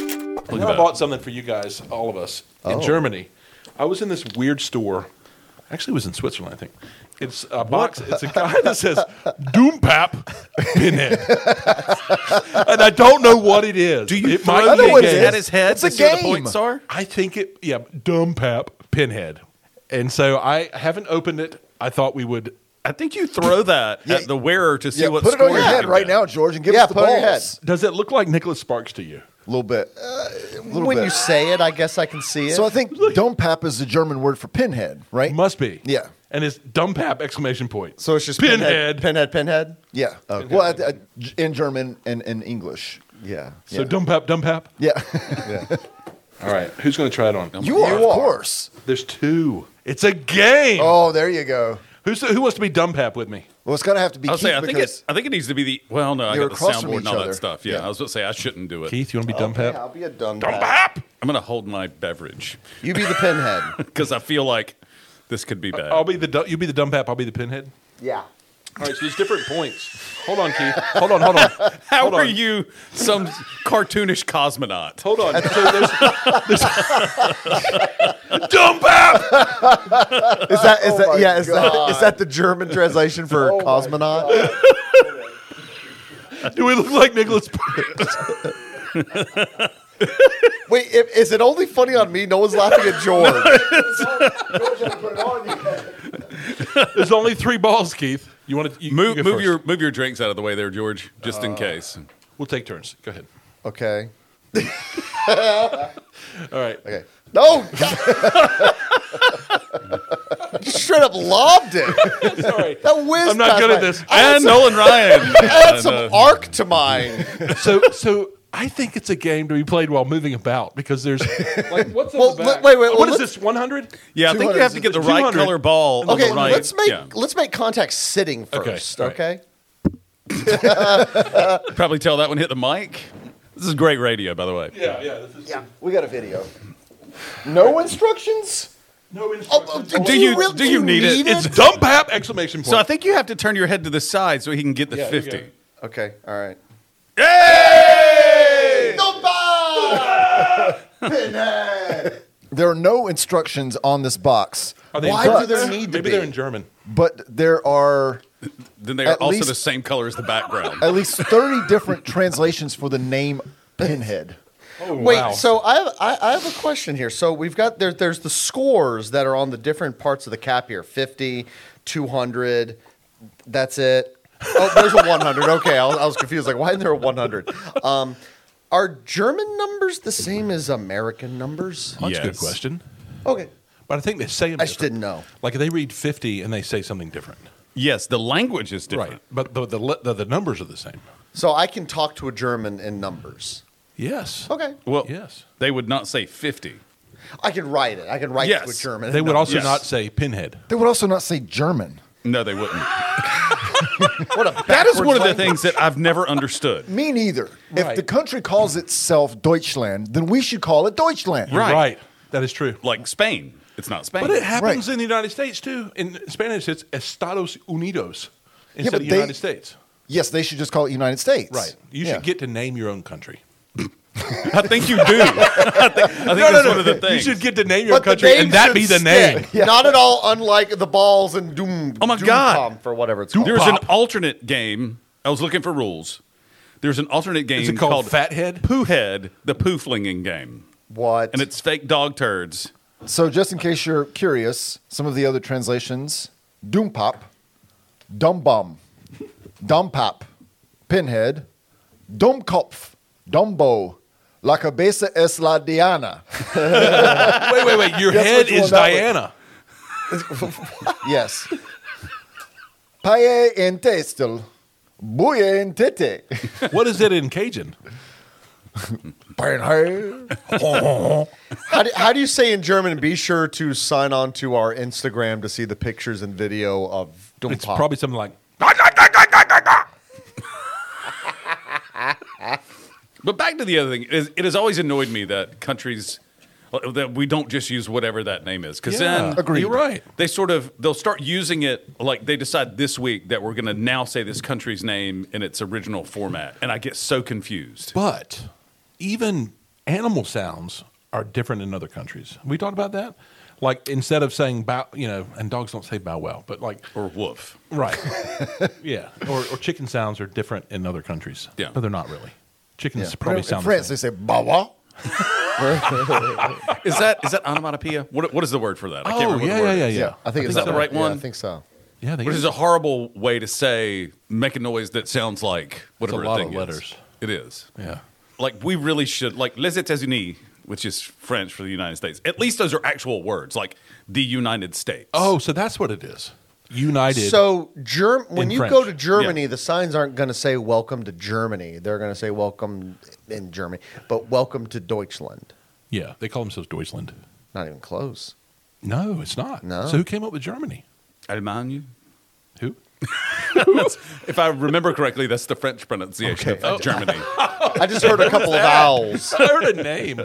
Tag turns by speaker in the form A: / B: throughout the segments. A: about
B: I bought something for you guys, all of us,
A: Oh.
B: in Germany. I was in this weird store. Actually, it was in Switzerland, I think. It's a box. It's a guy that says Doompap Pinhead, and I don't know what it is.
C: Do you
B: it
C: throw
B: might
A: I know
B: be a
A: what it
B: game.
A: is.
C: at his head
A: It's
C: to
A: a
C: see where the
A: game.
C: points are?
B: I think it, yeah, dumb pap pinhead. And so I haven't opened it. I thought we would.
C: I think you throw that at the wearer to see
D: Yeah,
C: what
D: put it
C: score
D: on your
C: you
D: head
C: can
D: right
C: get.
D: now, George, and give
E: Yeah,
D: us the
E: put it on your
D: balls.
B: Does it look like Nicholas Sparks to you?
D: A little bit. Uh, a little
E: when
D: bit.
E: you say it, I guess I can see it.
D: so I think Domepap is the German word for pinhead, right?
B: Must be.
D: Yeah.
B: And it's dumb pap exclamation point.
E: so it's just
B: pinhead.
E: pinhead, pinhead, pinhead.
D: Yeah. Well, I, I, in German and in English.
E: Yeah.
B: So dumb pap, dumb pap.
D: Yeah.
B: All right. Who's going to try it on?
D: you are, of course.
B: There's two. It's a game.
D: Oh, there you go.
B: Who's, who wants to be dumb pap with me?
D: Well, it's going to have to be
C: I was saying, I
D: Keith
C: think
D: because
C: it. I think it needs to be the. Well, no, I
D: You're
C: got the
D: across from
C: soundboard and
D: each
C: all
D: other.
C: that stuff. Yeah,
D: Yeah.
C: I was going to say I shouldn't do it.
B: Keith, you want to be dumb
E: Yeah, I'll
B: pap?
E: be a dumb
B: Dumb
E: bat.
B: pap.
C: I'm going to hold my beverage
E: You be the pinhead.
C: because I feel like this could be bad.
B: I'll be the du- you be the dumb pap. I'll be the pinhead.
E: yeah.
B: All right. So there's different points. Hold on, Keith. Hold on. Hold on.
C: How
B: Hold
C: are
B: on.
C: you, some cartoonish cosmonaut?
B: Hold on. So there's, there's dumb pap.
E: Is that is
D: Oh my
E: that yeah? Is that
D: God.
E: is that the German translation for
D: Oh my
E: cosmonaut?
B: Do we look like Nicholas Sparks?
E: Wait, if, is it only funny on me? No one's laughing at George.
D: George hasn't put it on yet.
B: There's only three balls, Keith. You want to you,
C: Move,
B: you go
C: move
B: first.
C: your move your drinks out of the way there, George, just in case.
B: We'll take turns. Go ahead.
E: okay.
B: All right.
E: Okay.
D: No.
E: You straight up lobbed it.
B: Sorry.
E: That whiz.
B: I'm not
E: past
B: good
E: my-
B: at this.
E: I had
C: And
E: some,
C: Nolan Ryan.
E: I had
C: And,
E: some
C: uh,
E: arc to mine.
B: So so I think it's a game to be played while moving about because there's like what's in
E: Well,
B: the
E: le-
B: back?
E: wait, wait, well,
B: What is
E: let's-
B: this? 100?
C: yeah, I think you have to get the right
B: 200.
C: color ball. and
E: Okay,
C: the right,
E: let's make
C: yeah.
E: let's make contact sitting
B: Okay,
E: first.
B: all right.
E: Okay.
C: probably tell that one hit the mic. This is great radio, by the way.
B: Yeah, yeah. This is yeah.
D: We got a video. No instructions?
B: No
D: oh,
B: instructions.
D: d-
C: Do
D: Do
C: you
D: you really-
C: do
D: do
C: you
D: you
C: need it?
D: need
B: it's dumb pap exclamation point.
C: So I think you have to turn your head to the side so he can get the
B: Yeah, there you
C: fifty.
B: go.
E: Okay. All right.
D: There are no instructions on this box.
B: Are they in
D: Why do
B: German?
D: there need to
B: Maybe
D: be?
B: they're in German.
D: but there are
C: Then they are
D: At
C: also
D: least-
C: the same color as the background.
D: at least 30 different translations for the name Pinhead.
B: Oh,
E: Wait.
B: wow.
E: So I have I, I have a question here. So we've got there there's the scores that are on the different parts of the cap here. 50, 200. That's it. Oh, there's a 100. Okay, I was, I was confused. Like, why isn't there a 100? Um, are German numbers the same as American numbers?
B: that's a good
C: Yes.
B: question.
E: Okay,
B: But I think they say them
E: I just
B: different.
E: didn't know.
B: Like they read 50 and they say something different.
C: yes, the language is different.
B: Right. But the, the le- the the numbers are the same.
E: So I can talk to a German in numbers.
B: Yes.
E: Okay,
C: Well,
B: Yes.
C: they would not say fifty.
E: I can write it. I can write to a
C: Yes.
E: German. in
B: They would also
C: Yes.
B: not say pinhead.
D: They would also not say German.
C: No, they wouldn't.
E: numbers. What a
C: that is
E: backwards
C: one of the
E: language.
C: things that I've never understood.
D: Me neither.
B: Right.
D: If the country calls itself Deutschland, then we should call it Deutschland.
C: Right.
B: Right. That is true.
C: Like Spain, it's not Spain.
B: But it happens
D: Right.
B: in the United States too. In Spanish, it's Estados Unidos instead
D: but
B: of
D: they-
B: United States.
D: Yes, they should just call it United States.
B: Right. You
D: Yeah.
B: should get to name your own country.
C: I think you do. I think, I think that's one of the
B: You
C: things.
B: should get to name your own
E: But the
B: country
E: name
B: and that
E: should
B: be the
E: stick.
B: name.
E: Not at all unlike the balls and Doom.
C: Oh my
E: Doom
C: God.
E: Pom Um, for whatever it's
C: There
E: called.
C: was an
B: Pop.
C: alternate game. I was looking for rules. There's an alternate game
B: Is it called, Fathead?
C: Poo Head, the poo flinging game,
E: What?
C: and it's fake dog turds.
D: So, just in case you're curious, some of the other translations Doompop, Dumbum, Dumpap, Pinhead, Domkopf, Dumbo, La Cabeza es la Diana.
B: Wait, wait, wait. Your
D: Guess
B: head
D: which one
B: is
D: that was.
B: Diana.
D: Yes. Paye en testel, buye en tete.
B: What is it in Cajun?
D: Pinhead.
E: how, do, how do you say in German? Be sure to sign on to our Instagram to see the pictures and video of Doom
B: It's
E: Pop.
B: probably something like
C: But back to the other thing, it, is, it has always annoyed me that countries uh, that we don't just use whatever that name is, because
B: yeah,
C: then
D: Agreed.
B: You're right.
C: they sort of they'll start using it like they decide this week that we're going to now say this country's name in its original format, and I get so confused.
B: But even animal sounds are different in other countries. We talked about that. Like instead of saying bow, you know, and dogs don't say bow wow, but like
C: or woof.
B: right, yeah, or, or chicken sounds are different in other countries.
C: Yeah.
B: but they're not really. Chickens
D: Yeah.
B: probably
D: in
B: sound
D: France,
B: the same.
D: they say bawa.
C: Is that is that onomatopoeia? What what is the word for that? I can't
B: Oh
C: remember.
B: yeah,
C: what the
B: yeah,
C: word
B: yeah,
C: is.
B: yeah.
D: I think
C: Is
D: it's
C: that the right
D: Yeah,
C: one?
D: I think so.
B: Yeah, they
C: Which is a horrible way to say make a noise that sounds like whatever
B: lot
C: the
B: of
C: thing
B: letters.
C: Is. It is.
B: yeah.
C: Like we really should like les États-Unis, which is French for the United States. At least those are actual words, like the United States.
B: Oh, so that's what it is. United.
E: So Germ- when
B: In
E: you
B: French.
E: go to Germany,
C: Yeah.
E: the signs aren't going to say "Welcome to Germany." They're going to say "Welcome in Germany," but "Welcome to Deutschland."
B: yeah, they call themselves Deutschland.
E: Not even close.
B: No, it's not.
E: No.
B: So who came up with Germany?
C: Allemagne.
B: Who?
C: That's- if I remember correctly, that's the French pronunciation
E: Okay.
C: of
B: Oh.
C: uh, Germany.
E: I just heard a couple of vowels.
B: I heard a name.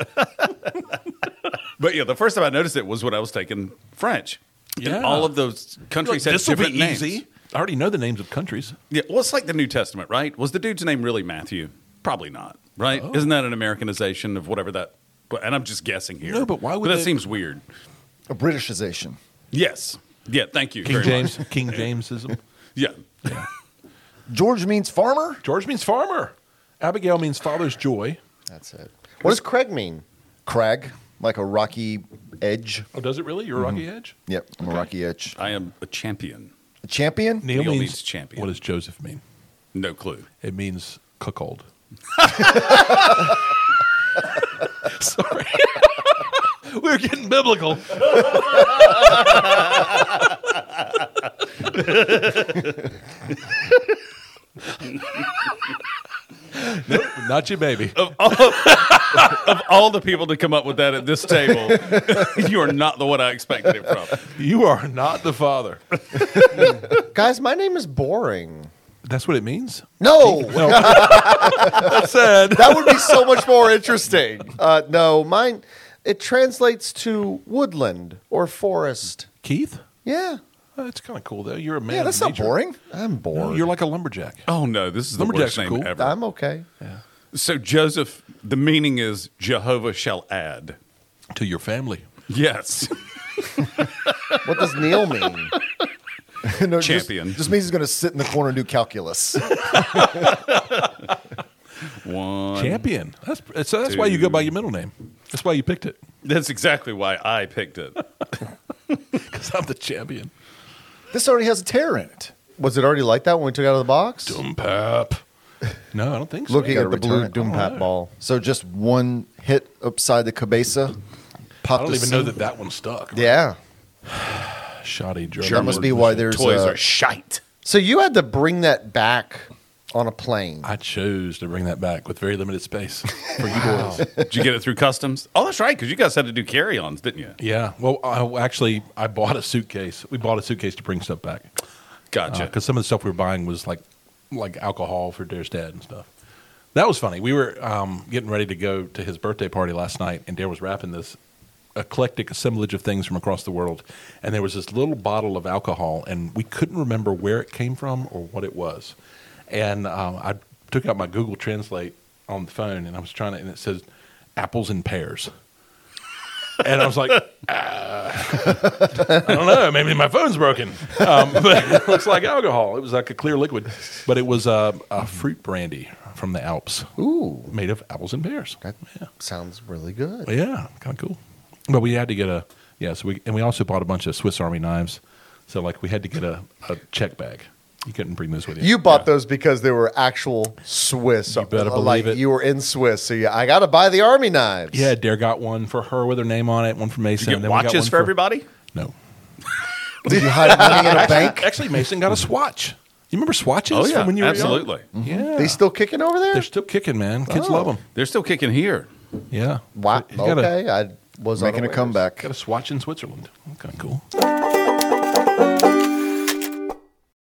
C: But yeah, the first time I noticed it was when I was taking French. And
B: Yeah.
C: all of those countries had
B: this will
C: different
B: be
C: names.
B: easy. I already know the names of countries.
C: Yeah, well, it's like the New Testament, right? Was the dude's name really Matthew? Probably not, right?
B: Oh.
C: Isn't that an Americanization of whatever that? but- And I'm just guessing here.
B: No, but why would
C: that
B: they-
C: seems weird.
D: A Britishization.
C: Yes. Yeah. Thank you.
B: King
C: very
B: James. King Jamesism.
C: Much. Yeah.
D: George means farmer.
B: George means farmer. Abigail means father's joy.
E: That's it. What does Craig mean?
D: Crag, like a rocky edge.
B: Oh, does it really? You're a rocky edge.
D: Yep, I'm a rocky edge.
C: I am a champion.
D: Champion.
B: Neil,
C: Neil
B: means,
C: means champion.
B: What does Joseph mean?
C: No clue.
B: It means cuckold. Sorry. we were getting biblical. nope, not your baby.
C: Of all the people to come up with that at this table, you are not the one I expected it from.
B: You are not the father.
E: Guys, my name is boring.
B: That's what it means?
E: No,
B: That's sad.
E: that would be so much more interesting. Uh, no, mine. It translates to woodland or forest.
B: Keith?
E: Yeah,
B: Oh, That's kind of cool, though. You're a man.
D: Yeah,
B: of
D: that's not
B: nature.
D: boring.
E: I'm bored.
B: No, you're like a lumberjack.
C: Oh no, this is the
B: Lumberjack's
C: worst name
B: cool.
C: ever.
E: I'm okay.
C: so Joseph, the meaning is Jehovah shall add.
B: To your family.
C: Yes.
E: What does Neil mean?
D: No, just-
C: Champion.
D: Just, means he's going to sit in the corner and do calculus.
C: One.
B: Champion. That's so. That's why you go by your middle name. That's why you picked it.
C: That's exactly why I picked it.
B: Because I'm the champion.
D: this already has a tear in it.
E: Was it already like that when we took it out of the box?
B: Dumpap. No, I don't think so.
E: Looking
D: gotta
E: at the
D: return
E: blue
D: it. Oh.
E: Doom
B: Oh,
E: Pat ball.
D: So just one hit upside the cabeza.
B: I
D: Popped
B: don't
D: a
B: even know
D: seam.
B: that that one stuck.
E: Yeah.
B: Shoddy German.
D: That must be why there's
C: Toys
D: uh,
C: are shite.
E: So you had to bring that back on a plane.
B: I chose to bring that back with very limited space.
C: Did you get it through customs? Oh, that's right, because you guys had to do carry-ons, didn't you?
B: yeah. Well, I, actually, I bought a suitcase. We bought a suitcase to bring stuff back
C: Gotcha.
B: because Uh, some of the stuff we were buying was like like alcohol for Dare's dad and stuff. That was funny. We were um, getting ready to go to his birthday party last night, and Dare was wrapping this eclectic assemblage of things from across the world. And there was this little bottle of alcohol, and we couldn't remember where it came from or what it was. And um, I took out my Google Translate on the phone, and I was trying to, and it says apples and pears. And I was like, I don't know. Maybe my phone's broken. Um, but it looks like alcohol. It was like a clear liquid, but it was uh, a fruit brandy from the Alps. Ooh, made of apples and pears.
E: That
B: Yeah,
E: sounds really good.
B: yeah, kind of cool. But we had to get a yeah. So we and we also bought a bunch of Swiss Army knives. So like we had to get a, a check bag. You couldn't bring those with you.
E: You bought those because they were actual Swiss. Uh,
B: You better
E: like
B: believe it.
E: you were in Swiss, so yeah, I got to buy the army knives.
B: Yeah, Dare got one for her with her name on it. One for Mason.
C: Did you
B: and
C: get
B: then we got
C: watches
B: one
C: for everybody?
B: No.
D: Did you hide money in a bank?
B: Actually, Mason got a swatch. You remember swatches?
C: Oh, yeah,
B: from when you were young?
C: absolutely.
B: Yeah.
E: They still Oh. kicking over there?
B: They're still kicking, man. Kids love 'em. love them.
C: They're still kicking here.
B: Yeah.
E: wow.
B: You gotta-
E: okay, I was
D: Making a
E: unaware.
D: comeback.
B: Got a swatch in Switzerland. Kind of cool.